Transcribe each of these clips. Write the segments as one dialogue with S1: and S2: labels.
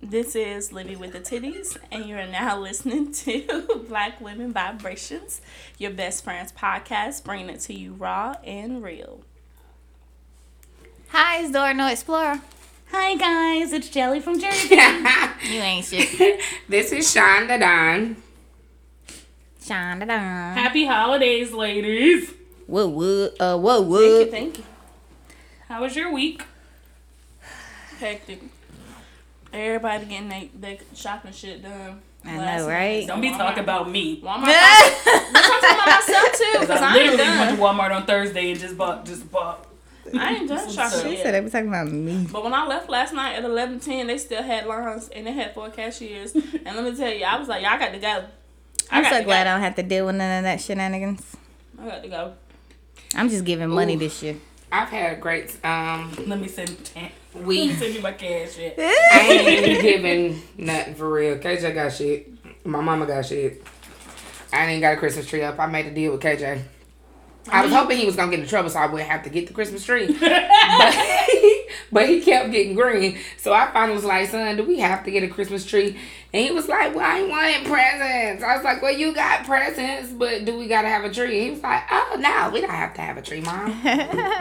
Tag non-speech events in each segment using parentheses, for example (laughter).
S1: This is Livy with the Titties, and you're now (laughs) listening to (laughs) Black Women Vibrations, your best friend's podcast, bringing it to you raw and real.
S2: Hi, it's Dora, no Explorer.
S1: Hi, guys, it's Jelly from Jersey.
S2: (laughs) You ain't shit.
S1: (laughs)
S3: this is Sean the Don.
S2: Shine it on.
S4: Happy holidays, ladies.
S2: Whoa, whoa, uh, whoa,
S1: thank you,
S2: whoa.
S1: thank you.
S4: How was your week?
S1: Hectic. Everybody getting their they shopping shit done.
S2: I
S1: Last
S2: know,
S1: night.
S2: right?
S4: Don't be talking about me.
S1: Walmart.
S2: (laughs)
S1: I'm talking about myself too, because
S4: I
S1: I ain't
S4: literally
S1: done.
S4: went to Walmart on Thursday and just bought, just bought.
S1: (laughs) I ain't done shopping
S2: She
S1: yet.
S2: said they be talking about me.
S1: But when I left last night at eleven ten, they still had lines and they had four cashiers. and let me tell you, I was like, y'all got to go. I
S2: I'm
S1: got
S2: so
S1: to
S2: glad I don't have to deal with none of that shenanigans.
S1: Go. I got to go.
S2: I'm just giving money this year.
S3: I've had a great um
S4: Let me send, (laughs) let me
S3: week.
S4: (laughs) send you my cash. Yet.
S3: I ain't even giving nothing for real. KJ got shit. My mama got shit. I ain't got a Christmas tree up. I made a deal with KJ. I was hoping he was gonna get in trouble so I wouldn't have to get the Christmas tree. but, (laughs) but he kept getting green. So I finally was like, son, do we have to get a Christmas tree? And he was like, Well, I ain't wanting presents. I was like, Well, you got presents, but do we gotta have a tree? He was like, Oh no, we don't have to have a tree, Mom.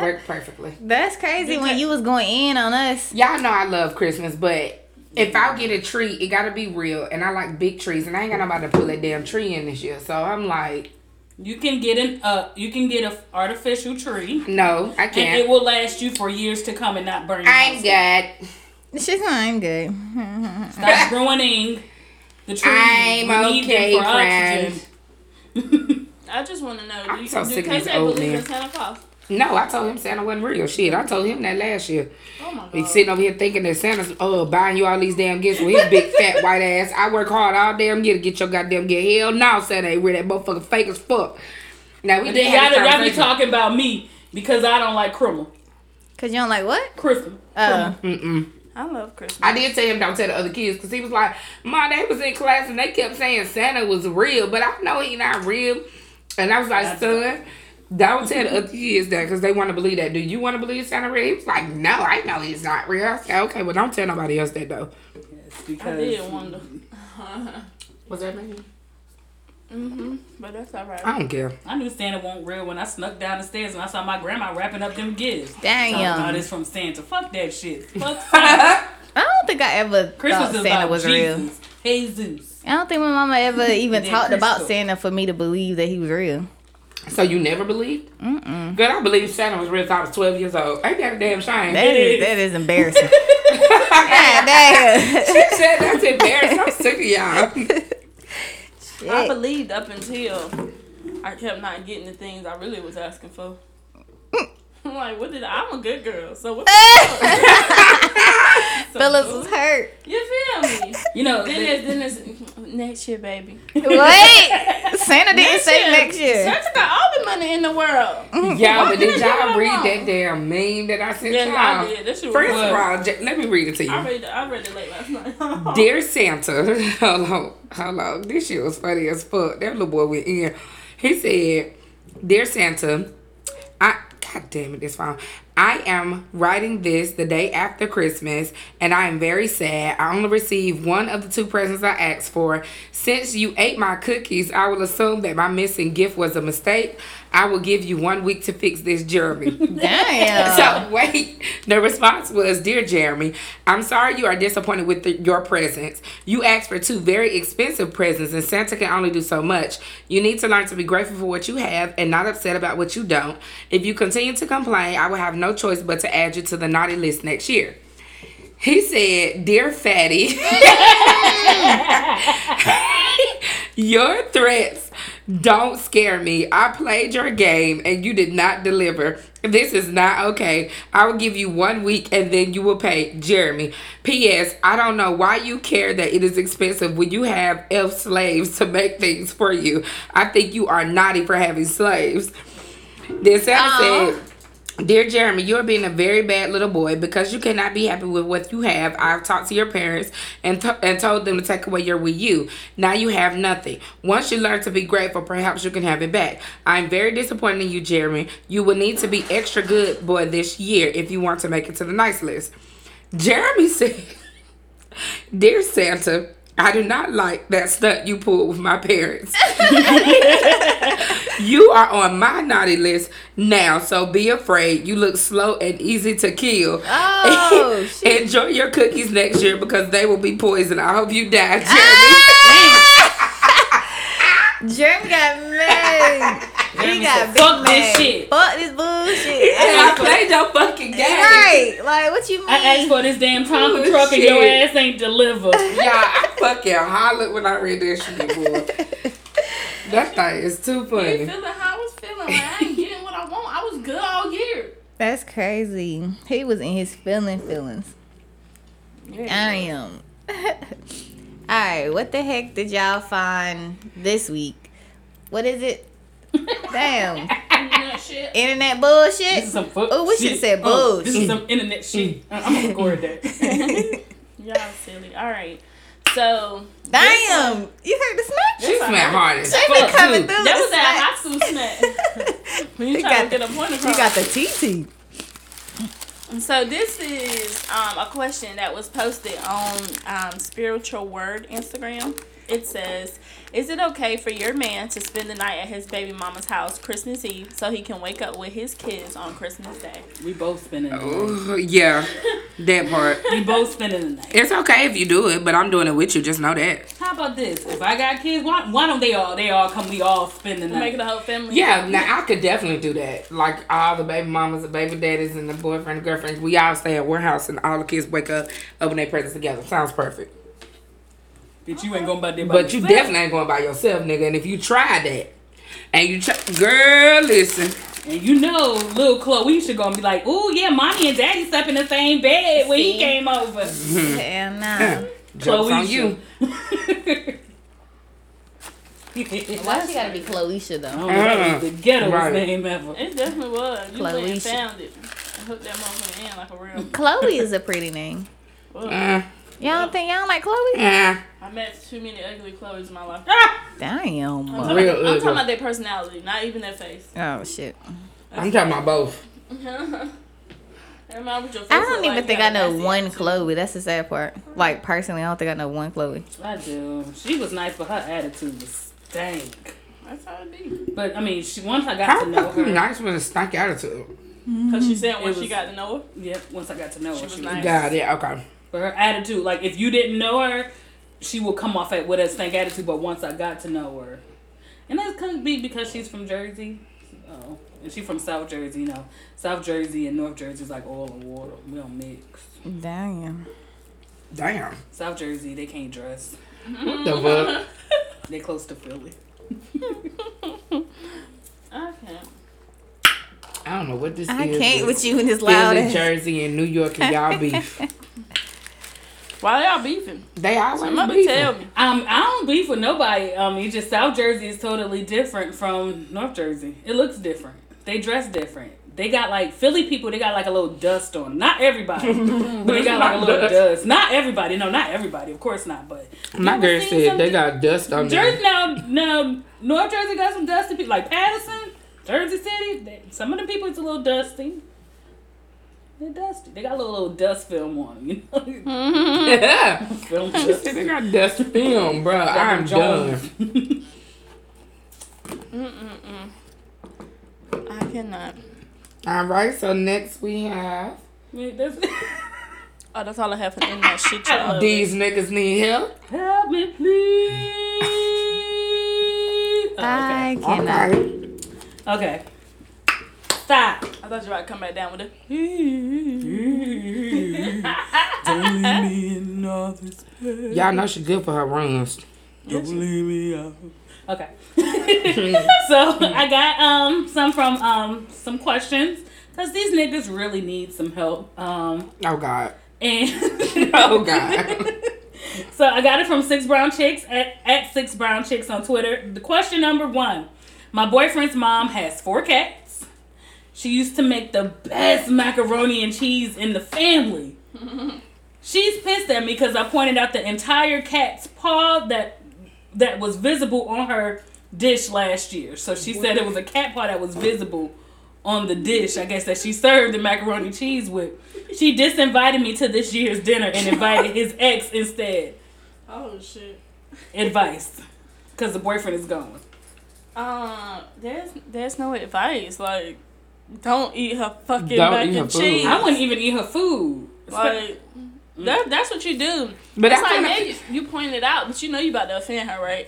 S3: Worked perfectly.
S2: That's crazy when you was going in on us.
S3: Y'all know I love Christmas, but if I get a tree, it gotta be real. And I like big trees, and I ain't got nobody to pull that damn tree in this year. So I'm like,
S4: You can get an uh, you can get a artificial tree,
S3: no, I
S4: and it
S3: can't.
S4: will last you for years to come and not burn.
S3: I'm
S4: you.
S3: good.
S2: She's like, I'm good.
S4: Stop ruining the tree.
S3: I'm okay, friend.
S4: (laughs)
S1: I just want to know.
S3: I'm
S1: do you,
S3: so
S1: do
S3: sick of
S1: KJ
S3: these old
S1: believe in
S3: men.
S1: Santa Claus?
S3: No, I told him Santa wasn't real. Shit, I told him that last year.
S1: Oh my god.
S3: He's sitting over here thinking that Santa's uh buying you all these damn gifts with his big
S4: (laughs)
S3: fat white ass. I work hard all damn year to get your goddamn gift. Hell no, Santa ain't real. That motherfucker fake as fuck. Now we
S4: But
S3: did
S4: then
S3: have a
S4: y'all, y'all be
S3: conversation.
S4: talking about me because I don't like criminal.
S2: (laughs) Cause you don't like what?
S4: Criminal.
S2: Uh,
S3: Mm-mm.
S1: I love Christmas.
S3: I did tell him don't tell the other kids because he was like, Ma, they was in class and they kept saying Santa was real, but I know he not real. And I was like, son, don't tell the other kids that because they want to believe that. Do you want to believe Santa real? He was like, no, I know he's not real. I said, okay, well, don't tell nobody else that though.
S1: I, did wonder.
S3: Was that me?
S1: hmm But that's all right.
S3: I don't care.
S4: I knew Santa wasn't real when I snuck down the stairs and I saw my grandma wrapping up them gifts. All
S2: damn.
S4: this from Santa. Fuck that
S2: (laughs)
S4: shit. Fuck Santa.
S2: I don't think I ever
S4: Christmas
S2: thought
S4: is
S2: Santa
S4: about
S2: was
S4: Jesus.
S2: real.
S4: Jesus.
S2: I don't think my mama
S4: (laughs)
S2: ever even
S4: Then
S2: talked about
S4: Crystal.
S2: Santa for me to believe that he was real.
S3: So you never believed? Mm-mm. Girl, I believed Santa was real since I was 12 years old. Ain't that a damn shame?
S2: That
S3: (laughs)
S2: is,
S4: is.
S2: that is
S4: (laughs)
S2: embarrassing. God damn.
S3: Shit, that's embarrassing. I'm sick of y'all.
S1: I believed up until I kept not getting the things I really was asking for. I'm like, what did I? I'm a good girl, so what? The
S2: (laughs)
S4: (laughs)
S1: fuck? So,
S2: Phyllis was hurt.
S1: you feel me?
S4: You know,
S1: Then
S4: th-
S1: it's, then it's (laughs) next year, baby.
S2: Wait, Santa didn't say next year.
S1: Santa got all the money in the world.
S3: Y'all, but did
S1: Why did
S3: y'all
S1: I
S3: read
S1: wrong?
S3: that damn meme that I sent
S1: Yes,
S3: y'all?
S1: I did. That shit was
S3: First
S1: good.
S3: of all, j- let me read it to
S1: I
S3: you.
S1: read, I read it late last night. (laughs)
S3: (laughs) Dear Santa, hello, hello. This shit was funny as fuck. That little boy went in. He said, Dear Santa, I God damn it, this phone. I am writing this the day after Christmas, and I am very sad. I only received one of the two presents I asked for. Since you ate my cookies, I will assume that my missing gift was a mistake. I will give you one week to fix this, Jeremy.
S2: Damn.
S3: So wait, the response was, "Dear Jeremy, I'm sorry you are disappointed with the, your presents. You asked for two very expensive presents, and Santa can only do so much. You need to learn to be grateful for what you have and not upset about what you don't. If you continue to complain, I will have no choice but to add you to the naughty list next year." He said, "Dear Fatty." (laughs) (laughs) Your threats don't scare me. I played your game and you did not deliver. This is not okay. I will give you one week and then you will pay. Jeremy. P.S. I don't know why you care that it is expensive when you have elf slaves to make things for you. I think you are naughty for having slaves. Then Santa
S2: Aw.
S3: said, Dear Jeremy, you are being a very bad little boy because you cannot be happy with what you have. I've talked to your parents and, to- and told them to take away your Wii U. Now you have nothing. Once you learn to be grateful, perhaps you can have it back. I'm very disappointed in you, Jeremy. You will need to be extra good boy this year if you want to make it to the nice list. Jeremy said, Dear Santa, I do not like that stunt you pulled with my parents. (laughs) you are on my naughty list now, so be afraid. You look slow and easy to kill. (laughs)
S2: Oh, shit.
S3: Enjoy your cookies next year because they will be poison. I hope you die, Jeremy.
S2: Ah! Jeremy got mad. He
S4: Jeremy
S2: got
S4: said,
S2: big
S4: "Fuck this
S2: mad.
S4: shit."
S2: Fuck this bullshit.
S4: (laughs)
S3: I played your fucking game.
S2: right. Like, what you mean?
S4: I asked for this damn Tonka
S3: Oh,
S4: truck and your
S3: shit.
S4: ass ain't delivered.
S3: Y'all, I fucking hollered when I read that shit before. That thing is too
S1: You
S3: funny.
S1: feeling how I was feeling? Like, I ain't getting what I want. I was good all year.
S2: (laughs) That's crazy. He was in his feeling feelings. I am. (laughs) Alright, what the heck did y'all find this week? What is it? Damn.
S1: Internet shit.
S2: Internet bullshit?
S4: This is
S1: (laughs)
S4: some fuck
S2: Oh, we should
S4: shit.
S2: say
S4: Oh, This
S2: bullshit.
S4: is some internet shit. I- I'm gonna record
S2: (laughs)
S4: that.
S1: Y'all silly. All right. So
S2: Damn. You heard the smack?
S3: She smacked
S2: (laughs)
S3: hard as
S2: They been
S3: fuck,
S2: coming
S3: too.
S2: through.
S1: that
S2: with
S1: was that high school
S2: smacks. (laughs)
S1: snack. When you
S2: You
S1: try to
S2: got
S1: get a point across.
S2: You got the TT.
S1: So this is um, a question that was posted on um, Spiritual Word Instagram. It says, "Is it okay for your man to spend the night at his baby mama's house Christmas Eve so he can wake up with his kids on Christmas Day?"
S4: we both spending. The night.
S2: Oh.
S3: Ooh, yeah, that part.
S4: We both spending the night.
S3: It's okay if you do it, but I'm doing it with you. Just know that.
S4: How about this? If I got kids, why, why don't they all? They all come. We all spend the
S1: Make
S4: night.
S1: the whole family.
S3: Yeah, now I could definitely do that. Like all the baby mamas, the baby daddies, and the boyfriend, and girlfriend, we all stay at one house, and all the kids wake up, open their presents together. Sounds perfect.
S4: Bitch, you ain't gonna buy that.
S3: But you definitely ain't going by yourself, nigga. And if you try that, and you try, girl, listen,
S4: And you know, little Chloe should gonna be like, "Ooh, yeah, mommy and daddy slept in the same bed when he
S2: See?
S4: came over."
S2: Hell nah.
S3: jokes on you.
S4: (laughs)
S2: Why she gotta be Chloesha
S4: I
S2: though?
S4: don't know, that was the ghettoest
S3: Uh, Right.
S4: name ever.
S1: It definitely was. You went and
S2: Chloe.
S1: found it. Hooked that motherfucker in like a real.
S2: Chloe is a pretty name.
S3: Uh,
S2: Y'all don't think y'all like Chloe?
S3: uh,
S1: I met too many ugly Chloes in my life.
S2: Damn.
S1: I'm, talking
S3: Real
S1: about, I'm talking
S3: ugly.
S1: about their personality, not even their face.
S2: Oh shit.
S3: I'm talking about both.
S1: (laughs) Never mind what your face
S2: I
S1: look
S2: don't even
S1: like,
S2: think
S1: you
S2: I
S1: got a
S2: know
S1: nice
S2: one
S1: attitude.
S2: Chloe. That's the sad part. Like personally, I don't think I know one Chloe.
S4: I do. She was nice, but her attitude was stank.
S1: That's how it be.
S4: But I mean, she once I got
S3: How
S4: to know
S3: fuck
S4: her.
S3: you nice with a stank attitude?
S1: Because she said when
S4: It
S1: she
S4: was-
S1: got to know her.
S4: Yep, once I got to know her, she
S1: was
S4: was
S1: nice.
S4: nice.
S3: Got it. Okay.
S4: But her attitude, like if you didn't know her, she would come off at with a stank attitude. But once I got to know her, and that could be because she's from Jersey. Oh, and she from South Jersey. You know, South Jersey and North Jersey is like oil and water. We don't mix.
S2: Damn.
S3: Damn.
S4: South Jersey, they can't dress.
S3: What the fuck?
S4: They close to Philly.
S1: Okay.
S3: I don't know what this
S2: I
S3: is.
S2: can't
S3: but
S2: with you in this loud.
S3: Philly,
S2: ass-
S3: Jersey, and New York, and y'all
S2: (laughs)
S3: beef.
S1: Why y'all beefing?
S3: They always
S1: Somebody
S3: beefing.
S1: tell me.
S4: Um, I don't beef with nobody. Um, it's just South Jersey is totally different from North Jersey. It looks different. They dress different. They got like Philly people. They got like a little dust on. 'em. Not (laughs) everybody, but they got like a little dust. Not everybody. No, not everybody. Of course not. But
S3: My
S4: You
S3: girl
S4: seen
S3: said
S4: something-
S3: they got dust on
S4: Jersey
S3: them.
S4: now, now North Jersey got some dusty people like Patterson, Jersey City. They, some of the people it's a little dusty. They're dusty. They got a little, little dust film on them. You know, (laughs)
S3: Yeah.
S4: film
S3: She said
S4: dust.
S3: (laughs) they got dust film, bro. I'm done.
S4: Jones.
S1: Mm-mm-mm. I cannot.
S3: All right, so next we have
S4: Yeah, that's- (laughs)
S1: Oh, that's all I have for in that shit. Y'all love.
S3: these niggas need help.
S4: Help me, please. Oh,
S2: I
S3: All
S2: cannot.
S3: right.
S4: okay. okay. (laughs) Stop.
S1: I thought you might come back down with it.
S4: Don't leave me in all this pain.
S3: Y'all know she good for her runs.
S4: Don't leave me out. Okay. (laughs) so I got um some from um some questions because these niggas really need some help. Um
S3: Oh God.
S4: and (laughs)
S3: Oh God.
S4: So I got it from Six Brown Chicks at, at Six Brown Chicks on Twitter. The question number one My boyfriend's mom has four cats. She used to make the best macaroni and cheese in the family. She's pissed at me because I pointed out the entire cat's paw that that was visible on her dish last year. So she said it was a cat paw that was visible on the dish, I guess, that she served the macaroni cheese with. She disinvited me to this year's dinner and invited his ex instead.
S1: Oh shit.
S4: Advice. Because the boyfriend is gone.
S1: Um, there's there's no advice. Like, don't eat her fucking do mac and cheese.
S4: I wouldn't even eat her food.
S1: Like, that, that's what you do.
S3: (laughs) But
S1: But
S3: I
S1: it's like,
S3: kinda-
S1: man, you, you pointed it out, but you know you about to offend her, right?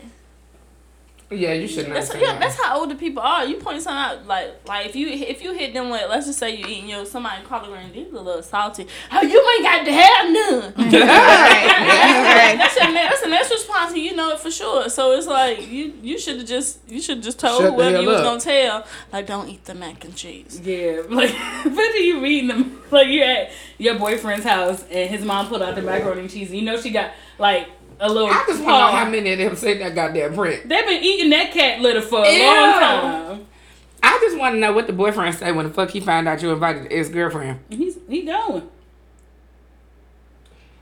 S3: Yeah, you should not.
S1: That's
S3: say
S1: yeah,
S3: that.
S1: that's how older people are. You point something out like like if you if you hit them with let's just say you eating your somebody collard green, these a little salty. How you ain't got to have
S3: (laughs)
S1: none?
S2: Right.
S1: that's a that's an next response. and You know it for sure. So it's like you you should have just you should just told
S3: Shut the
S1: whoever
S3: hell
S1: you was
S3: up.
S1: gonna tell like don't eat the mac and cheese.
S4: Yeah, (laughs) like picture you reading them (laughs) like you're at your boyfriend's house and his mom pulled out the macaroni and cheese. And you know she got like a little.
S3: I just want to know how many of them said that goddamn print.
S4: They've been eating that cat litter for a
S3: Ew.
S4: long time.
S3: I just want to know what the boyfriend say when the fuck he found out you invited his girlfriend.
S4: He's he going.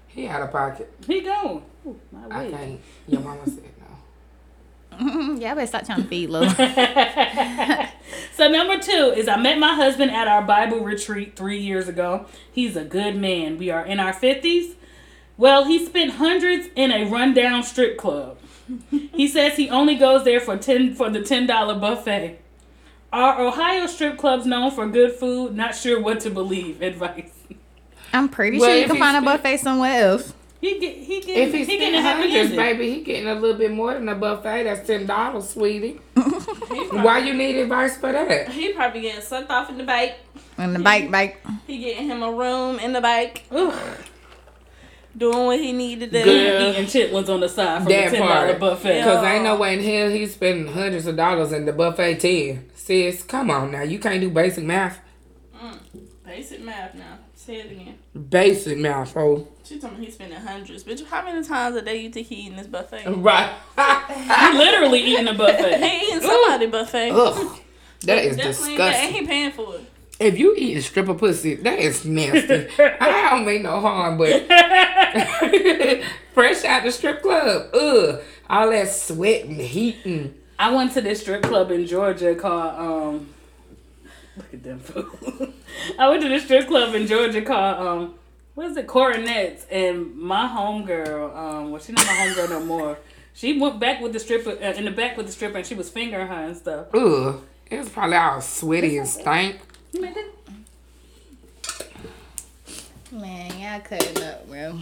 S3: He out of pocket.
S4: He going. Ooh, my
S3: I
S4: wig.
S3: can't. Your mama said no.
S2: Mm, (laughs) Y'all better stop trying to feed Lil.
S4: (laughs)
S3: (laughs)
S4: so number two is I met my husband at our Bible retreat three years ago. He's a good man. We are in our fifties. Well, he spent hundreds in a rundown strip club. he says he only goes there for ten for the ten dollar buffet. Are Ohio strip clubs known for good food? Not sure what to believe. Advice. (laughs)
S2: I'm pretty
S3: Well,
S2: sure you
S3: if
S2: can
S3: he's
S2: find a
S3: fit-
S2: buffet somewhere else.
S4: He get he get
S3: If he's
S4: he
S3: getting
S4: getting a happy
S3: hundreds,
S4: ending.
S3: baby, he getting a little bit more than a buffet. That's ten dollars, sweetie. Why you need advice for that?
S1: He probably getting sucked off in the bike.
S2: And the bike, bike.
S1: He getting him a room in the bike,
S4: Ugh.
S1: doing what he need to do.
S3: Good. Yeah.
S4: Eating chitlins on the side from
S3: That
S4: the ten dollar
S3: part.
S4: buffet.
S1: Yeah.
S3: Cause ain't no way in hell he's spending hundreds of dollars in the buffet ten. Sis, come on now. You can't do basic math.
S1: Mm, Basic math now. Say it again.
S3: Basic math, oh.
S1: She told me he's spending hundreds. Bitch, how many times a day you think he eating this buffet?
S3: (laughs) Right.
S4: He literally eating a buffet.
S3: (laughs)
S1: He eating somebody buffet.
S3: Ugh. That
S1: Definitely
S3: is
S1: ain't, and
S3: disgusting.
S1: he paying for it. (laughs)
S3: If you eat a strip of pussy, that is nasty. I don't mean no harm, but (laughs) fresh out the strip club, ugh, all that sweat and heat and
S4: I went to this strip club in Georgia called um look at them food. (laughs) I went to this strip club in Georgia called um what is it Coronets and my homegirl um well she not my homegirl no more. She went back with the stripper uh, in the back with the stripper and she was fingering her and stuff.
S3: ugh. It was probably all sweaty and stank.
S4: You made it?
S2: Man, y'all cutting up, bro.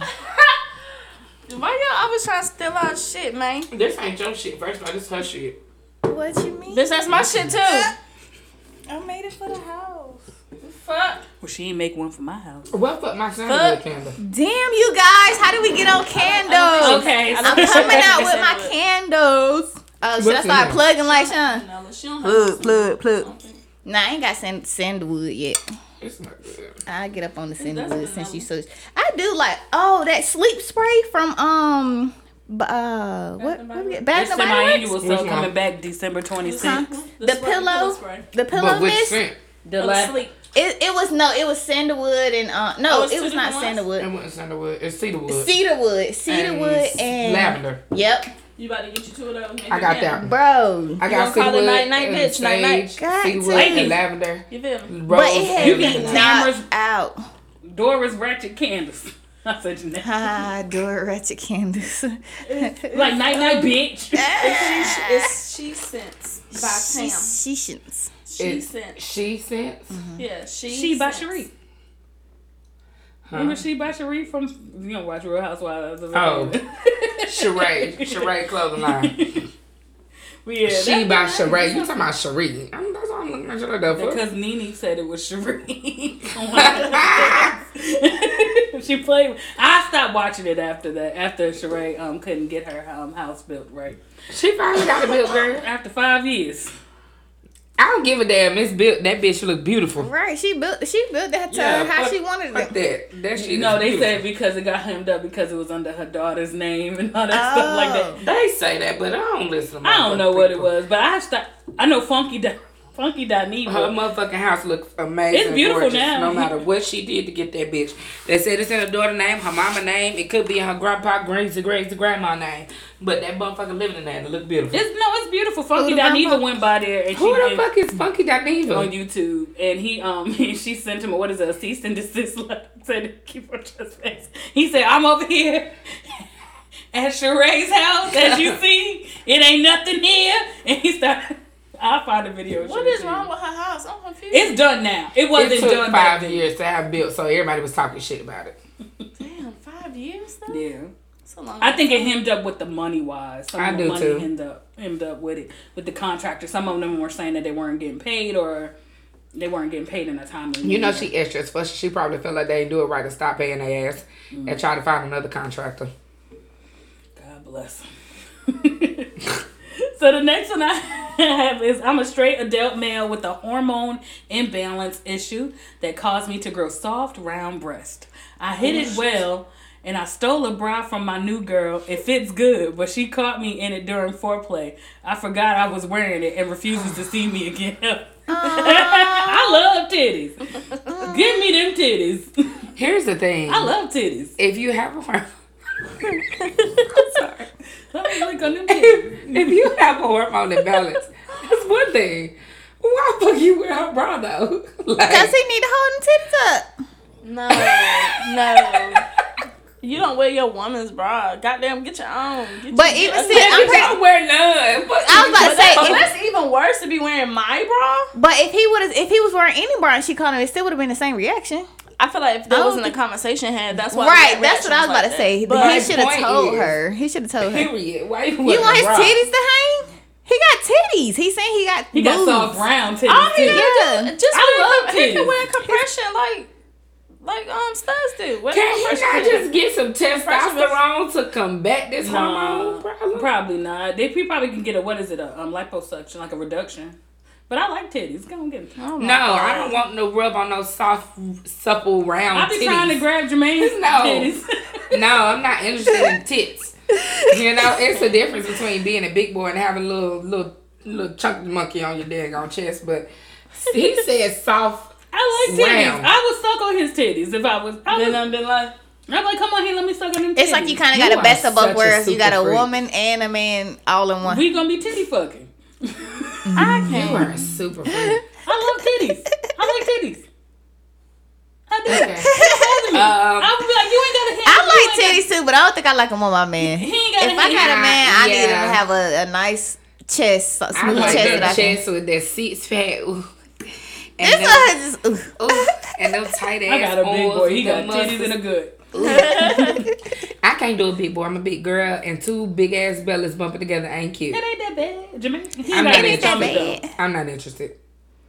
S1: Why y'all always trying to steal our shit, man?
S3: This ain't your shit. First of all, this her shit.
S2: What you mean?
S1: Bitch, that's my shit too.
S2: I made it for the house.
S1: Fuck.
S4: Well, she ain't make one for my house.
S3: What fuck my sandalwood
S1: Fuck.
S3: candle?
S2: Damn, you guys. How do we get on candles?
S4: (laughs) Okay, so
S2: I'm coming out with my candles. Oh, should I
S3: What's in
S2: start
S3: there?
S2: plugging like Sean?
S1: No, she don't
S2: Plug,
S1: have
S2: plug, plug. Nah, I ain't got sand- sandalwood yet.
S3: It's not good.
S2: I get up on the sandalwood
S1: doesn't
S2: since you
S1: know.
S2: so. I do like oh that sleep spray from um b- uh what
S1: and
S2: what we
S1: Body
S2: get
S4: It's
S2: Bath and Body Works?
S4: semi-annual,
S3: Which
S4: so
S3: one?
S4: coming back December 26th.
S2: Huh?
S1: The,
S2: The
S1: spray-
S2: pillow?
S1: spray.
S2: The pillow
S3: But which
S2: mist. It,
S3: scent?
S4: The
S1: Or the
S4: last,
S1: sleep.
S2: it was no, it was sandalwood and uh
S1: Oh,
S2: no,
S1: it's
S2: it
S1: two
S2: was not
S1: different
S3: It
S2: sandalwood.
S3: wasn't sandalwood. It's cedarwood.
S2: Cedarwood,
S3: And
S2: cedarwood,
S3: s-
S2: and
S3: lavender.
S2: Yep,
S1: You about to get you two of those. make
S3: I
S1: it
S3: got
S1: happen.
S3: that.
S2: bro.
S3: I
S1: You gonna
S3: got
S1: call it
S3: cedarwood
S1: night-night,
S3: and
S1: bitch, night-night.
S3: sage,
S2: God
S3: cedarwood
S2: damn.
S3: and lavender.
S1: You feel me?
S3: Rose
S2: But it had
S3: and
S4: you
S2: me
S4: can-
S3: vanilla.
S2: knocked
S4: Timers-
S2: out.
S4: Doris Ratchet Candace. (laughs) I said your name.
S2: Ah, door ratchet Candace.
S4: Like night night
S2: (laughs)
S4: bitch.
S1: It's she, it's she scents by
S2: she,
S1: Sam.
S2: she shouldn't.
S1: She
S3: It-
S1: scents. Mm-hmm.
S3: She scents.
S1: Yeah, she.
S4: She by
S1: scents.
S4: Cherie.
S3: Huh?
S4: Remember she by Cherie from you don't watch Real Housewives of
S3: Oh. (laughs)
S4: Atlanta.
S3: Charade. Charade clothing line.
S4: (laughs) yeah,
S3: She (laughs)
S4: that-
S3: by Charade. You talking about Cherie. I'm, that's all I'm looking at. Shut the fuck.
S4: because Nene said it was Cherie. on one of the- (laughs) she played. I stopped watching it after that. After Sheree um couldn't get her um house built right.
S3: She finally got a built girl.
S4: After five years,
S3: I don't give a damn. It's built. That bitch look beautiful.
S2: Right, she built. She built that to
S3: Yeah,
S2: her how
S3: fuck-
S2: she wanted
S3: Like
S2: it.
S3: that. That shit.
S4: no,
S3: is
S4: they
S3: beautiful.
S4: said because it got hemmed up because it was under her daughter's name and all that stuff like that.
S2: Oh.
S3: They say that, but I don't listen. To
S4: I don't know what it
S3: motherfucking
S4: was, but I stopped. I know Funky Di- Funky Dineva.
S3: Her motherfucking house looks amazing.
S4: It's beautiful
S3: gorgeous,
S4: now.
S3: No matter what she did to get that bitch. They said it's in her daughter name, her mama name. It could be in her grandpa, greats, greats, grandma name. But that motherfucker living in there, and it look beautiful.
S4: It's no, it's beautiful. Funky
S3: Who the
S4: Dineva
S3: fuck-
S4: went by there and she
S3: Who the
S4: did-
S3: fuck is Funky Dineva?
S4: on YouTube, and he um (laughs) she sent him what is it, a cease and desist letter (laughs) to keep on trespassing. He said, "I'm over here (laughs) at Sheree's house, as
S3: (laughs)
S4: you see, it ain't nothing here." And he started. (laughs) I'll find the video.
S1: What is wrong with her house? I'm confused.
S4: It's done now. It wasn't
S3: It took
S4: done back
S3: five
S4: then.
S3: years to have built, so everybody was talking shit about it.
S1: Damn, five years though.
S4: Yeah,
S1: That's a long
S4: I think it hemmed up with the money wise. Some
S3: I
S4: of
S3: do
S4: the money
S3: too.
S4: Hemmed up, hemmed up with it with the contractor. Some of them were saying that they weren't getting paid or they weren't getting paid in a timely.
S3: You know
S4: manner.
S3: she extra as fuck. She probably felt like they didn't do it right to stop paying their ass and try to find another contractor.
S4: God bless. (laughs) so the next one I have is I'm a straight adult male with a hormone imbalance issue that caused me to grow soft, round breast. I hit it well. And I stole a bra from my new girl. It fits good, but she caught me in it during foreplay. I forgot I was wearing it and refuses to see me again. (laughs) I love titties. Give me them titties. (laughs)
S3: Here's the thing.
S4: I love titties.
S3: if you have a hormone,
S4: Sorry. Let me click on them titties.
S3: (laughs) if you have a hormone imbalance, that's one thing. Why fuck you wear her bra though? (laughs)
S2: Cause
S3: Like,
S2: he need to hold them titties up.
S1: No, no. You don't wear your woman's bra. Goddamn, get your own. Get your-
S2: But even
S1: that's
S2: still,
S1: like-
S2: I'm pretty.
S3: don't wear none. Fuck
S2: I was about to
S3: you.
S1: But that- but
S2: (laughs) say, if,
S1: that's even worse to be wearing my
S2: but if he would have, if he was wearing any bra and she called him, it still would have been the same reaction.
S1: bra. I feel like if
S2: I
S1: there
S2: don't
S1: wasn't a
S2: think-
S1: conversation had, that's why.
S2: right,
S1: the
S2: that's what I was
S1: reaction
S2: about to say.
S1: like that.
S2: he
S3: my
S2: should have
S3: point
S2: told
S3: is-
S2: her. He should have told her.
S3: Period. Why you?
S2: You
S3: wearing
S2: want
S3: a
S2: his
S3: bra?
S2: titties to hang? He got titties. He's saying he got.
S4: He got
S2: boobs.
S4: soft brown titties.
S1: But all he
S4: too.
S1: gotta do,
S2: Yeah.
S1: just
S4: I
S1: I
S4: love
S1: love he can
S4: titties.
S1: wear compression like, like um studs do. Wear
S3: Can he
S1: compression
S3: not
S1: pants.
S3: just get some testosterone to combat this
S4: Nah,
S3: hormone problem?
S4: probably not. They pre- probably can get a what is it a um, liposuction like a reduction. But I like titties. Go and get them.
S1: Oh my
S3: No, I
S1: God.
S3: don't want no rub on no soft, supple, round
S4: I be
S3: titties.
S4: trying to grab Jermaine's
S3: No.
S4: titties.
S3: (laughs) No, I'm not interested in tits. You know, it's the difference between being a big boy and having a little little little chunky monkey on your daggone chest. But he said soft.
S4: I like titties.
S3: Round.
S4: I would suck on his titties if I was. I
S1: Then
S4: would,
S1: I've been like,
S4: I'm like, come on here, let me suck on them. Titties.
S2: It's like you kind of
S3: You
S2: got
S3: are
S2: the best of
S3: such
S2: both
S3: a
S2: worlds. You got a
S3: super freak.
S2: woman and a man all in (laughs) one.
S4: We gonna be titty fucking.
S1: I
S3: You
S1: can't.
S3: are a
S2: (laughs)
S3: super freak.
S4: I love titties. I like titties. I do.
S3: Okay.
S4: I
S3: Um,
S4: would be like, you ain't gotta. handle-
S2: I
S4: you ain't
S2: like titties too, but I don't think I like them on my man.
S4: He
S2: If
S4: ain't
S2: I
S4: gotta.
S2: got
S4: handle-
S3: (laughs)
S2: a man, I need him
S3: Yeah.
S2: to have a, a nice chest, a
S3: I
S2: smooth
S3: like
S2: chest that I
S3: that
S2: can.
S3: chest with that six pack. Ooh. And them,
S2: It's a, just, ooh.
S3: ooh,
S2: (laughs)
S3: and them tight ass.
S4: I got a big
S3: arms
S4: boy. He
S3: with
S4: got
S3: them
S4: titties
S3: muscles.
S4: and a good.
S3: I can't do a big boy. I'm a big girl, and two big ass bellies bumping together ain't cute.
S4: It ain't that bad. Jermaine, he
S3: I'm
S4: got
S3: not
S4: a big
S2: that
S3: interested.
S4: stomach, though.
S2: bad.
S3: I'm not interested.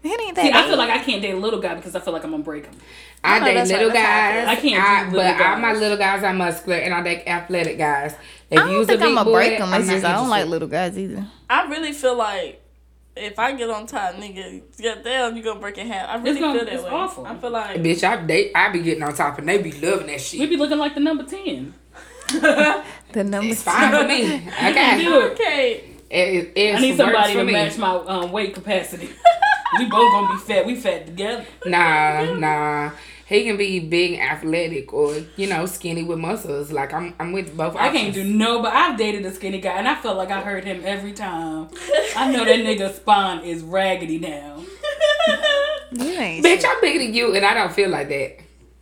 S2: It ain't
S4: See,
S2: that
S4: I
S2: bad.
S4: feel like I can't date a little guy because I feel like I'm gonna break him.
S3: I
S1: No,
S3: date
S1: that's right.
S3: little
S1: That's
S3: guys.
S1: how
S4: I
S3: I
S4: feel. I
S3: can't
S4: can't
S3: do
S4: do
S3: but
S4: little
S3: all my
S4: guys.
S3: little guys are muscular, and I date athletic guys. If
S2: I don't
S3: you's a
S2: think I'm
S3: big
S2: gonna
S3: boy,
S2: break them.
S3: I'm
S2: It's
S3: not
S2: just I don't like
S3: interested.
S2: little guys either.
S1: I really feel like if I get on top, nigga, get down, you gonna break your hand. I really
S4: gonna-
S1: feel that
S4: it's
S1: way.
S4: awful.
S1: I feel like
S3: Bitch, I date. I be getting on top, and they be loving that
S4: We
S3: shit.
S4: be looking like the number ten.
S2: The number
S3: It's fine (laughs)
S4: (laughs)
S3: for me. Okay,
S4: do
S1: (laughs)
S4: it.
S1: okay,
S3: it, it,
S4: I need somebody to
S3: me.
S4: match my um, weight capacity. we both gonna be fat. We fat together.
S3: Nah, nah. He can be big, athletic, or you know, skinny with muscles. Like I'm, I'm with both.
S4: I can't do no, but I've dated a skinny guy and I felt like I heard him every time. (laughs) I know that (laughs) nigga's spine is raggedy now.
S2: You ain't.
S3: Bitch, I'm bigger than you, and I don't feel like that.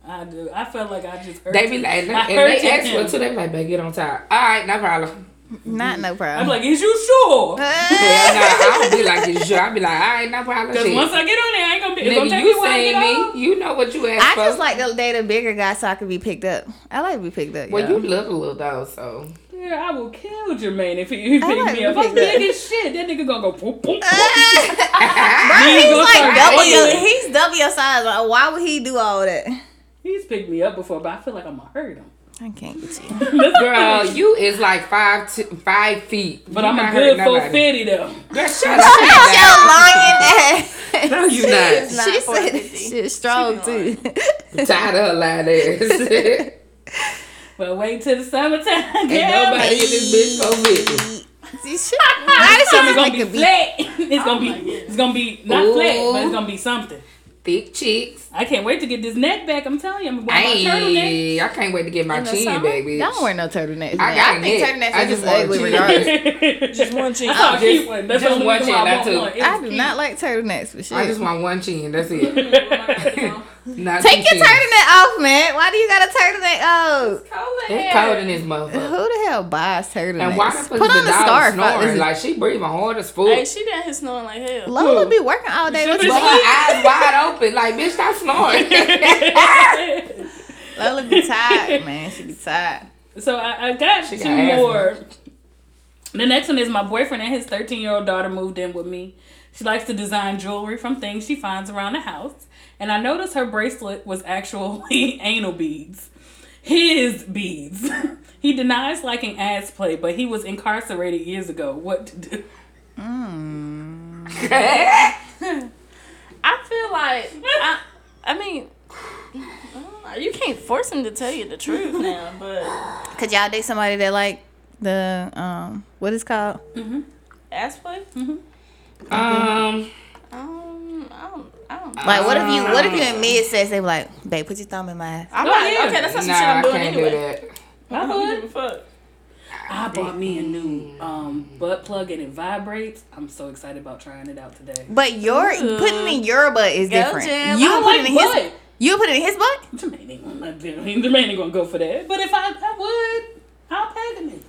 S4: I do. I felt like I just heard.
S3: They be
S4: him.
S3: like, and
S4: I heard
S3: they ask for
S4: him.
S3: it too. They be like, babe, get on top. All right, no problem.
S2: Not no
S4: I'm
S2: problem. (laughs)
S4: like, is you sure?
S3: (laughs) Hell no, I don't be like this. Sure, I be like, all right, no problem.
S4: Because
S3: Shit.
S4: once I get on there, I ain't gonna be. It's gonna
S3: Nigga,
S4: take
S3: you
S4: me a
S3: seen
S4: while to get
S3: me. You know what you asked
S2: I
S3: for.
S2: just like to date a bigger guy so I could be picked up. I like to be picked up.
S3: Well,
S2: (laughs) y'all.
S3: you look a little though, so
S4: Yeah, I will kill Jermaine if he, if he
S2: I
S4: pick
S2: like
S4: me up. I'm
S2: to pick
S4: big
S2: up.
S4: as shit. That nigga gonna go boop, boop,
S3: Uh.
S4: boop.
S2: Bro,
S4: He
S2: he's
S4: go
S2: like
S4: for
S2: double
S4: it.
S2: your, he's double your size. Like, why would he do all that?
S4: He's picked me up before, but I feel like I'm gonna hurt him. (laughs)
S2: I can't get
S3: (laughs)
S2: you. (laughs)
S3: (laughs) girl, you is like five t- five feet.
S4: But
S3: You
S4: I'm a
S3: not
S4: good
S3: hurting
S4: full
S3: nobody.
S4: fitty though.
S3: Girl,
S2: (laughs)
S3: shut up.
S2: Your lying ass.
S3: No, you not.
S1: not
S2: She said
S1: 450.
S2: shit strong
S1: She
S2: too.
S3: Tired of her lying ass. (laughs)
S4: But wait till the summertime.
S3: Ain't
S4: Yeah,
S3: nobody in this bitch so with
S2: this shit. Why this shit
S4: It's
S2: just
S4: gonna
S2: make
S4: be
S2: a beat?
S4: flat. (laughs)
S3: Oh
S4: It's gonna be it's gonna be not flat, but it's gonna be something.
S3: Thick cheeks.
S4: I can't wait to get this neck back. I'm telling you, I'm gonna wear my turtleneck.
S3: Hey, I can't wait to get my
S2: In the
S3: chin
S2: summer?
S3: back, bitch.
S2: Don't wear no turtlenecks.
S3: I
S2: I,
S3: got
S2: I think
S3: it.
S2: turtlenecks
S3: I
S2: are just
S3: just want
S2: ugly
S3: you.
S2: regardless.
S1: Just
S4: (laughs)
S1: one cheek.
S4: I saw a
S3: Just-
S4: cute one. That's
S3: just
S4: the only
S3: one
S4: reason why (laughs)
S3: chin,
S4: I
S3: not
S4: want
S3: two.
S4: one. It
S2: I
S4: was
S2: do
S4: cute.
S2: not like turtlenecks for
S3: I just
S2: shit.
S3: want one chin. That's
S4: (laughs)
S3: it. Not
S2: Take
S3: two
S2: your
S3: chins.
S2: turtleneck off, man. Why do you got a turtleneck? Oh,
S3: It's cold in this motherfucker.
S2: who the hell buys
S3: And why
S2: turtlenecks?
S3: the fuck
S2: Put on
S3: is
S2: a
S3: the dog
S2: scarf. I-
S3: snoring?
S2: is-
S3: Like she breathing hard as fuck.
S1: Hey, she down here snoring like hell.
S2: Lola be working all day. What's
S4: She
S3: But her
S2: wrong?
S3: (laughs) eyes wide open, like bitch, stop
S4: (laughs)
S3: snoring. (laughs)
S2: Lola be tired, man. She be tired.
S4: So I, I got
S3: She
S4: two
S3: got asthma.
S4: more. The next one is my boyfriend and his 13 year old daughter moved in with me. She likes to design jewelry from things she finds around the house, and I noticed her bracelet was actually (laughs) anal beads. His beads. (laughs) he denies liking ass play, but he was incarcerated years ago. What to do?
S2: Hmm.
S1: I feel like I, I mean, (sighs) I don't know. you can't force him to tell you the truth now, but
S2: Could y'all date somebody that like the um what is called?
S1: ass play.
S3: um,
S1: Um, I don't. I don't.
S2: Like what if you what if you in mid sex they be like, babe, put your thumb in my ass.
S1: I'm
S4: Oh,
S1: not,
S4: yeah.
S1: okay, that's
S3: nah,
S1: not some shit I'm
S3: I
S1: doing
S3: can't
S1: anyway.
S3: do that.
S1: I don't give a fuck.
S4: (laughs) I bought me a new um, butt plug and it vibrates. I'm so excited about trying it out today.
S2: But your putting in your butt is
S1: Go,
S2: different.
S1: Jim.
S2: You
S4: I
S2: put
S4: like
S2: it in his
S4: butt.
S2: you put it in his butt?
S4: Jermaine ain't gonna let them. Jermaine ain't gonna go for that. But if I, I would, I'll pay the nigga.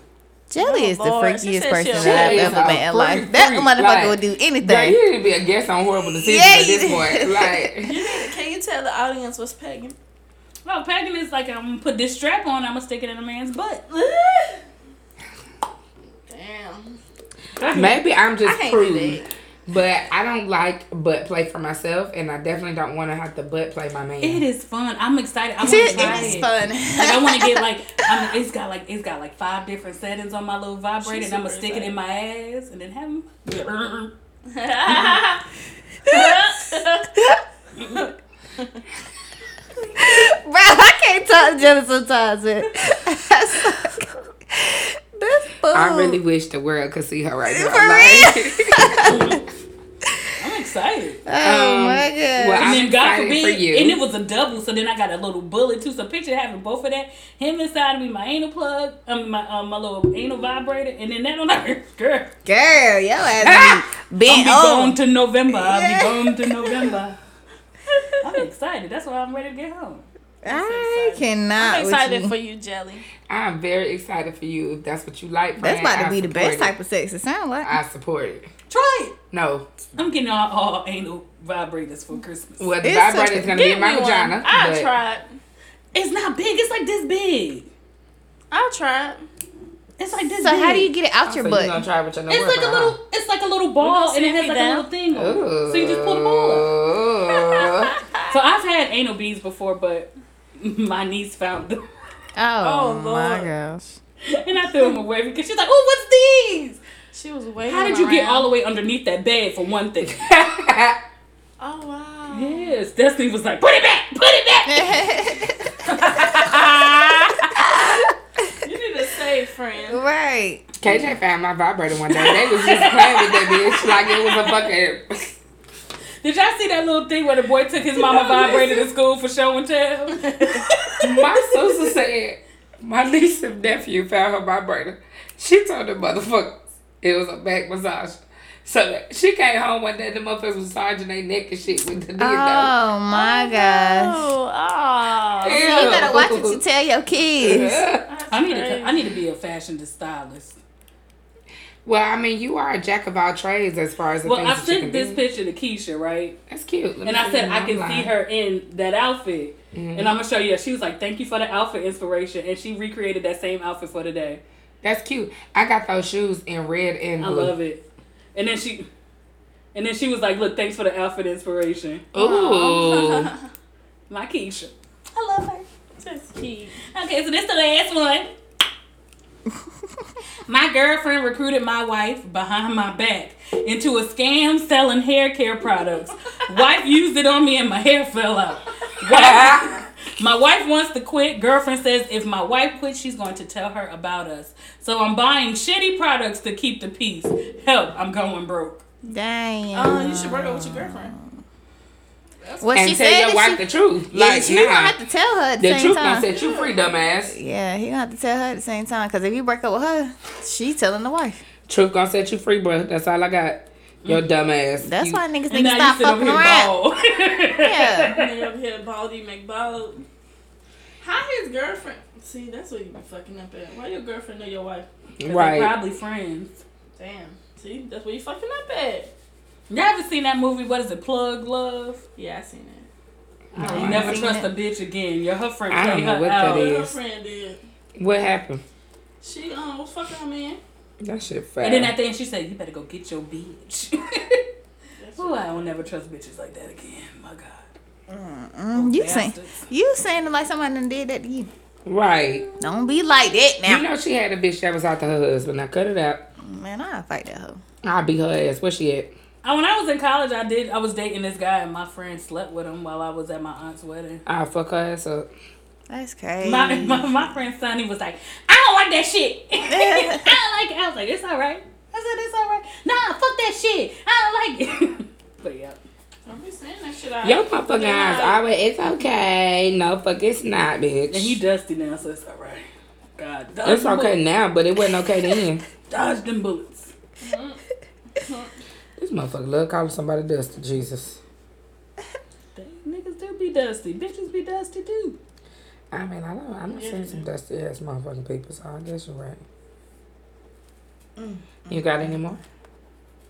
S2: Jelly
S1: Oh,
S2: is the
S1: Lord. She
S2: freakiest
S1: said she
S2: person
S1: a
S2: that I've
S3: freak.
S2: ever met in life.
S3: Freak,
S2: That
S3: freak,
S2: motherfucker
S3: like-
S2: would do
S3: Girl,
S2: anything.
S3: you need to be a guest on horrible decisions
S2: Yeah,
S3: at this
S2: you-
S3: point. Like,
S1: You need to- Can you tell the audience what's pegging?
S4: Well, pegging is like I'm gonna put this strap on. I'm gonna stick it in a man's butt.
S1: Damn.
S3: maybe I'm
S1: I
S3: just
S1: can't do
S3: crude,
S1: that.
S3: but I don't like butt play for myself, and I definitely don't want to have to butt play my man.
S4: It is fun. I'm excited. I want to
S2: It
S4: try
S2: is
S4: it.
S2: fun.
S4: Like I want to
S2: (laughs)
S4: get like I'm, it's got like it's got like five different settings on my little vibrator, and I'm gonna
S1: super
S4: stick it in my ass and then have him.
S2: Bro, I can't talk to Jelly sometimes. Man. That's fool.
S3: I really wish the world could see her right now.
S2: For
S3: like,
S4: I'm excited.
S2: Oh
S3: Um,
S2: my god.
S3: well,
S4: And
S3: I'm
S4: then God
S3: excited
S4: forbid,
S3: for you.
S4: and it was a double, so then I got a little bullet too. So picture having both of that, him inside of me, my anal plug, um, my um, my little anal vibrator, and then that on (laughs) her girl.
S2: Girl, your ass be
S4: I'll
S2: bent
S4: be going
S2: on.
S4: to November.
S2: oh. Yeah.
S4: I'll be going to November. I'm excited. That's why I'm ready to get home.
S2: I cannot.
S1: I'm
S2: with
S1: excited
S2: you.
S1: for you, Jelly.
S3: (laughs) I'm very excited for you. If that's what you like,
S2: That's
S3: friend,
S2: about
S3: I
S2: to be the
S3: support
S2: best
S3: it.
S2: type of sex. It sounds like.
S3: I support it.
S4: Try it.
S3: No,
S4: I'm getting all, all anal vibrators for Christmas.
S3: well, the
S2: It's
S3: vibrator
S2: such
S3: is
S2: a-
S3: gonna be in my
S1: me one.
S3: vagina.
S1: I
S3: but
S1: tried.
S4: It's not big. It's like this big.
S1: I tried.
S4: It's like this
S2: so
S4: big.
S2: how do you get it out
S3: Oh, So
S2: your
S3: you gonna
S2: butt?
S3: try it with your no
S4: It's like a
S3: work, huh?
S4: little. It's like a little ball, and it has
S1: me
S4: like
S1: down.
S4: a little thing. On it. So you just pull the ball up.
S3: (laughs) up.
S4: So I've had anal beads before, but my niece found them. (laughs)
S2: Oh,
S1: Oh,
S2: my
S1: Lord.
S2: gosh. (laughs)
S4: And I threw them away because she's like, "Oh, what's these?
S1: She was waiting.
S4: How did you get all the way underneath that bed for one thing?"
S1: Oh wow.
S4: yes, Destiny was like, "Put it back, put
S2: (laughs)
S4: it back."
S1: You need to save friend.
S2: right.
S3: KJ found my vibrator one day. They was just playing with that bitch like it was a fucking.
S4: Did y'all see that little thing where the boy took his mama vibrator to school for show and tell?
S3: My sister said my niece and nephew found her vibrator. She told the motherfuckers it was a back massage. So she came home one day. The motherfuckers was massaging their neck and shit with the dildo.
S2: Oh my gosh.
S1: Oh, aw.
S2: You gotta watch what
S3: (laughs)
S2: you tell your kids.
S4: I need to. I need to be a fashion stylist.
S3: Well, I mean, you are a jack of all trades as far as the
S4: Well,
S3: things
S4: I
S3: that you
S4: sent
S3: can
S4: this
S3: do.
S4: picture to Keisha, right?
S3: That's cute. Let me
S4: And I
S3: see
S4: said
S3: it
S4: I can
S3: online.
S4: see her in that outfit,
S3: Mm-hmm.
S4: and I'm gonna show you. She was like, "Thank you for the outfit inspiration," and she recreated that same outfit for today.
S3: That's cute. I got those shoes in red and
S4: I
S3: blue.
S4: love it. And then she, and then she was like, "Look, thanks for the outfit inspiration, (laughs)
S3: Ooh.
S4: my Keisha."
S1: I love her. That's cute.
S4: Okay, so this the last one.
S3: Uh-huh.
S4: my girlfriend recruited my wife behind my back into a scam selling hair care products. wife used it on me and my hair fell out. Wife, My wife wants to quit. Girlfriend says if my wife quits, she's going to tell her about us. So I'm buying shitty products to keep the peace. Help, I'm going broke.
S2: (laughs) Damn.
S1: Oh, you should break up with your girlfriend.
S2: That's well,
S3: and
S2: she
S3: tell
S2: said
S3: your
S2: that
S3: wife
S2: she,
S3: the truth.
S2: yeah,
S3: Like,
S2: she gonna
S3: nah.
S2: have to tell her at the,
S3: The
S2: same
S3: truth gonna
S2: time.
S3: set you free, dumbass.
S2: yeah, he gonna have to tell her at the same time. Cause if you break up with her, she telling the wife.
S3: Truth gonna set you free, bro. That's all I got. Your
S4: Mm.
S3: dumbass.
S2: That's
S3: You-
S2: why niggas
S4: And
S2: need to
S4: now
S2: stop
S4: you sit over
S2: fucking
S4: here
S2: around.
S4: bald. (laughs)
S2: Yeah.
S1: Nigga up here, Baldy McBald. How his girlfriend? See, that's what you be fucking up at. Why your girlfriend know your wife?
S4: They're
S3: Right.
S4: Probably friends.
S1: Damn. See, that's what you fucking up at.
S4: You ever seen that movie? What is it? Plug Love.
S1: Yeah, I seen that.
S4: You
S3: Oh,
S2: I ain't
S4: never
S2: seen
S4: trust
S2: it.
S4: a bitch again. Your her friend
S3: I don't
S4: played
S3: know
S4: her
S3: what that
S4: out.
S1: My
S3: is.
S1: girlfriend did.
S3: What happened?
S1: She um was fucking her man.
S3: That shit
S4: And then
S3: fat.
S4: at the end, she said, "You better go get your bitch." (laughs)
S1: That's
S4: Ooh, I will never trust bitches like that again. My God.
S2: (laughs) Mm, you saying
S4: Bastards.
S2: you saying it like somebody done did that to you.
S3: Right.
S2: Don't be like that
S3: You
S2: now.
S3: know she had a bitch that was out to her husband. Now cut it out.
S2: Man, I'll fight that hoe.
S3: I'll beat her ass. Where she at?
S4: I, Uh, when I was in college, I did. I was dating this guy, and my friend slept with him while I was at my aunt's wedding.
S3: I'll fuck her ass up.
S2: That's crazy.
S4: My (laughs) my, my friend Sonny was like, "I don't like that shit. (laughs) I don't like it." I was like, "It's all right." I said, "It's all right." Nah, fuck that shit. I don't like it. (laughs) but yeah.
S1: I'm just saying that shit. out.
S3: Your motherfucking eyes
S1: Yeah.
S3: always, it's okay. No, fuck, it's not, bitch.
S4: And he dusty now, so it's all right. God, dodge
S3: It's
S4: them
S3: okay
S4: bullets.
S3: now, but it wasn't okay then.
S4: Dodge them bullets.
S3: (laughs) This motherfucker love calling somebody dusty, Jesus.
S4: They, niggas do be dusty. Bitches be dusty too.
S3: I mean, I don't, I'm not seeing some dusty ass motherfucking people, so I guess you're right. You got any more?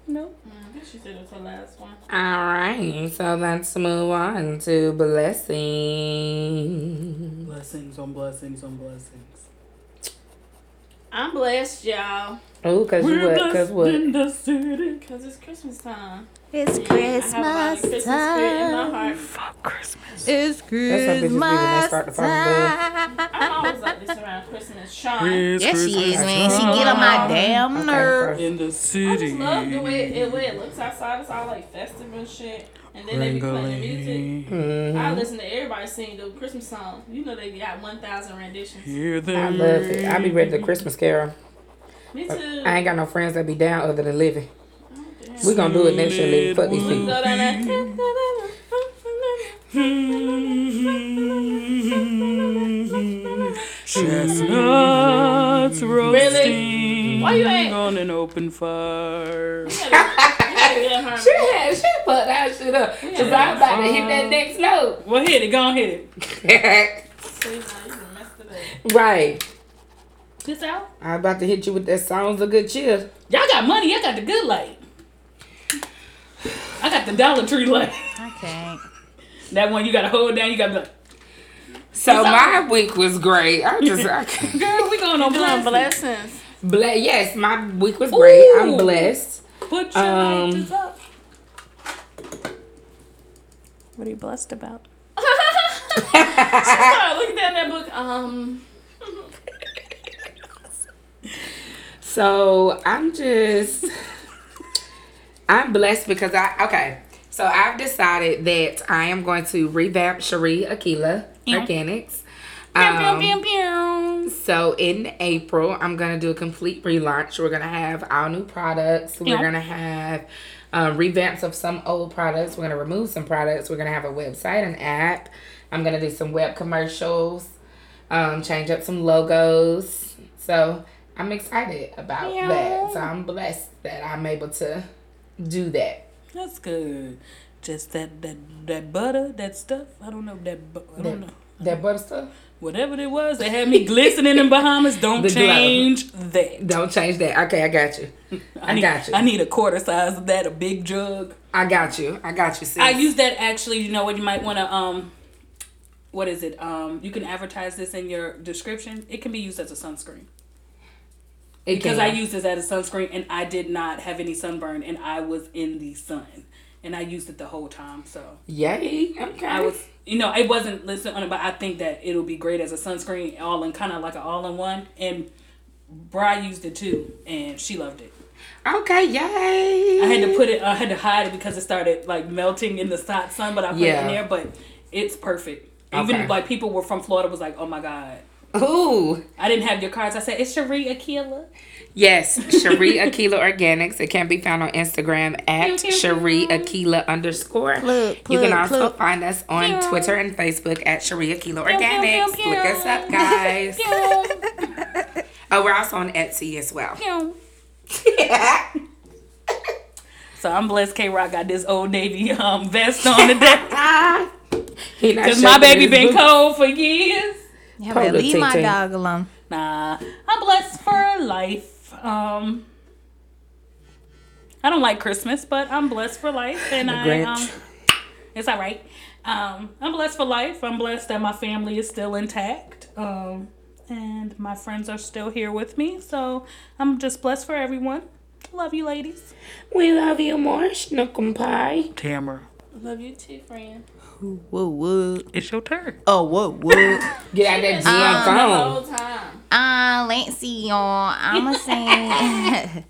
S4: No.
S1: Mm, I think she said it was her last one.
S3: All right, so let's move on to blessing.
S4: Blessings on blessings on blessings.
S1: I'm blessed, y'all,
S3: Oh, cause you
S4: We're
S3: what? Cause
S4: blessed
S3: what?
S4: in the city.
S1: cause it's Christmas time.
S2: it's
S1: (laughs) I have a lot of
S2: Christmas
S1: Christmas spirit in my heart.
S2: time. It's Christmas
S3: bitches be when they start to find
S2: time.
S3: (laughs)
S1: I'm always like this around Christmas. Sean,
S2: Yes, she is, man. She get on my damn
S3: Okay,
S2: nerve.
S3: first.
S4: In the
S1: I
S4: city.
S1: just love the way it, the way it looks outside. It's all like festive and shit. And then they be playing the music. I
S3: Mhm.
S1: listen to everybody sing the Christmas song. You know they got 1,000 renditions.
S4: Hear them.
S3: I love it. I be ready to Christmas Carol.
S1: Me too.
S3: I ain't got no friends that be down other than Livy.
S1: Oh, damn.
S3: We gonna do it next year, Livy. Fuck these
S1: Go
S3: people.
S1: down there.
S4: (laughs) Chestnuts roasting
S1: Why you ain't-
S4: on an open fire.
S1: (laughs) You gotta- you gotta get her.
S3: She had she fucked that shit up. Cause I was about to hit that next note.
S4: Well, hit it. Go on, hit it.
S1: See, now you done messed it up.
S3: right.
S4: This out.
S3: I was about to hit you with that songs of good cheer.
S4: Y'all got money. Y'all got the good light. I got the Dollar Tree light. (laughs)
S2: I can't.
S4: That one you gotta hold down. You gotta be like,
S3: So my week was great. I just (laughs) I can't-
S4: girl, we going on
S1: Doing
S4: blessing.
S1: blessings.
S3: Bla- yes, my week was great. I'm
S4: Ooh.
S3: blessed.
S4: Put your
S3: Um,
S4: lighters up.
S1: What are you blessed about? (laughs) looking down that book. Um,
S3: So I'm just I'm blessed because I okay. So I've decided that I am going to revamp Cherie Aquila Organics. Um, So in April, I'm gonna do a complete relaunch. We're gonna have all new products. We're
S4: Yeah.
S3: gonna have um, revamps of some old products. We're gonna remove some products. We're gonna have a website, an app. I'm gonna do some web commercials. Um, change up some logos. So I'm excited about that. So I'm blessed that I'm able to do that.
S4: That's good. Just that that that butter, that stuff. I don't know that. Bu- I don't know.
S3: That butter stuff.
S4: Whatever it was, they had me glistening in Bahamas. Don't
S3: The glow.
S4: change that.
S3: Don't change that. Okay, I got you. I,
S4: need,
S3: got you.
S4: I need a quarter size of that, a big jug.
S3: I got you. I got you. Sis.
S4: I use that actually. You know what? You might want to um, what is it? Um, you can advertise this in your description. It can be used as a sunscreen
S3: It
S4: because
S3: can.
S4: I used this as a sunscreen and I did not have any sunburn and I was in the sun and I used it the whole time. So
S3: Yay. Okay.
S4: I was, you know, it wasn't listed on it, but I think that it'll be great as a sunscreen, all in kind of like an all in one. And Bri used it too, and she loved it.
S3: Okay, yay.
S4: I had to put it, I had to hide it because it started like melting in the si- sun, but I put it
S3: Yeah.
S4: in there. But it's perfect. Even
S3: Okay.
S4: like people were from Florida was like, oh my god,
S3: Ooh.
S4: I didn't have your cards. I said it's Cherie Akila.
S3: Yes, Cherie Aquila Organics. It can be found on Instagram at
S4: pew, pew,
S3: Cherie Aquila underscore.
S2: Plug,
S3: you can
S2: plug,
S3: also
S2: plug.
S3: find us on Twitter and Facebook at Cherie Aquila Organics.
S4: pew, pew.
S3: Look
S4: (laughs)
S3: us up, guys. (laughs) oh, we're also on Etsy as well.
S4: So I'm blessed. K Rock got this old navy um vest on
S3: (laughs)
S4: today
S3: Ah. (laughs) He not
S4: because my
S3: shaking
S4: baby
S3: his
S4: been
S3: booty.
S4: cold for years.
S1: Oh,
S2: You have to
S3: Polo
S2: leave my
S3: ting-ting.
S2: dog alone.
S4: Nah, I'm blessed for life. Um, I don't like Christmas, but I'm blessed for life, and I um,
S3: Grinch.
S4: it's all right. Um, I'm blessed for life. I'm blessed that my family is still intact. Um, and my friends are still here with me, so I'm just blessed for everyone. Love you, ladies.
S3: We love you more, Snookum Pie.
S4: Tamara,
S1: Love you too, friend.
S2: Whoa, whoa.
S4: it's your turn.
S2: Oh, whoa, whoa.
S3: Get out that
S1: The
S3: GM phone.
S1: whole time.
S2: Uh, let's see, y'all. I'ma say,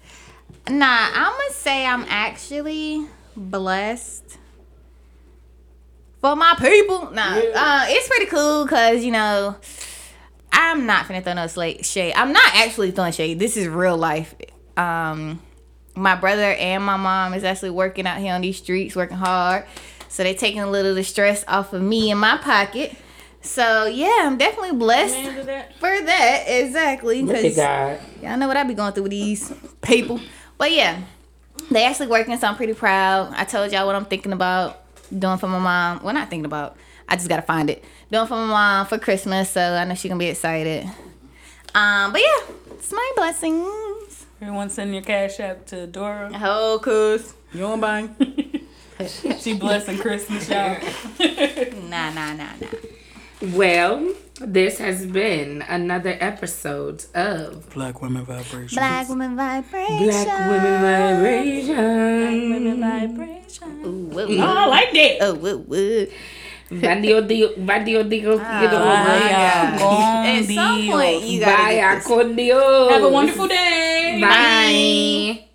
S2: (laughs) nah, I'ma say I'm actually blessed for my people. Nah, uh, it's pretty cool because you know I'm not finna throw no sla- shade. I'm not actually throwing shade. This is real life. Um, my brother and my mom is actually working out here on these streets, working hard. So they taking a little of the stress off of me and my pocket. So yeah, I'm definitely blessed
S1: Remember that?
S2: for that exactly
S3: Look at
S2: because
S3: God.
S2: y'all know what I be going through with these people. But yeah, they actually working, so I'm pretty proud. I told y'all what I'm thinking about doing for my mom. Well, not thinking about. I just gotta find it. Doing for my mom for Christmas, so I know she gonna be excited. Um, but yeah, it's my blessings.
S4: Everyone send your cash app to Dora.
S2: Oh, cuz you don't bang.
S4: (laughs) She blessing Christmas, y'all.
S2: Nah, nah, nah, nah.
S3: Well, this has been another episode of
S4: Black women vibration.
S2: Black woman vibration.
S3: Black Women
S2: (laughs)
S3: Vibration.
S4: Vibration.
S2: Ooh, woo,
S4: Oh,
S2: woo.
S4: I like that.
S2: Oh, woo, woo.
S3: Vadio dio, vadio dio,
S2: Oh my God.
S4: At
S2: (laughs) At some point, Ah, you gotta
S3: Bye,
S2: get this.
S3: acordio.
S4: Have a wonderful day.
S3: Bye.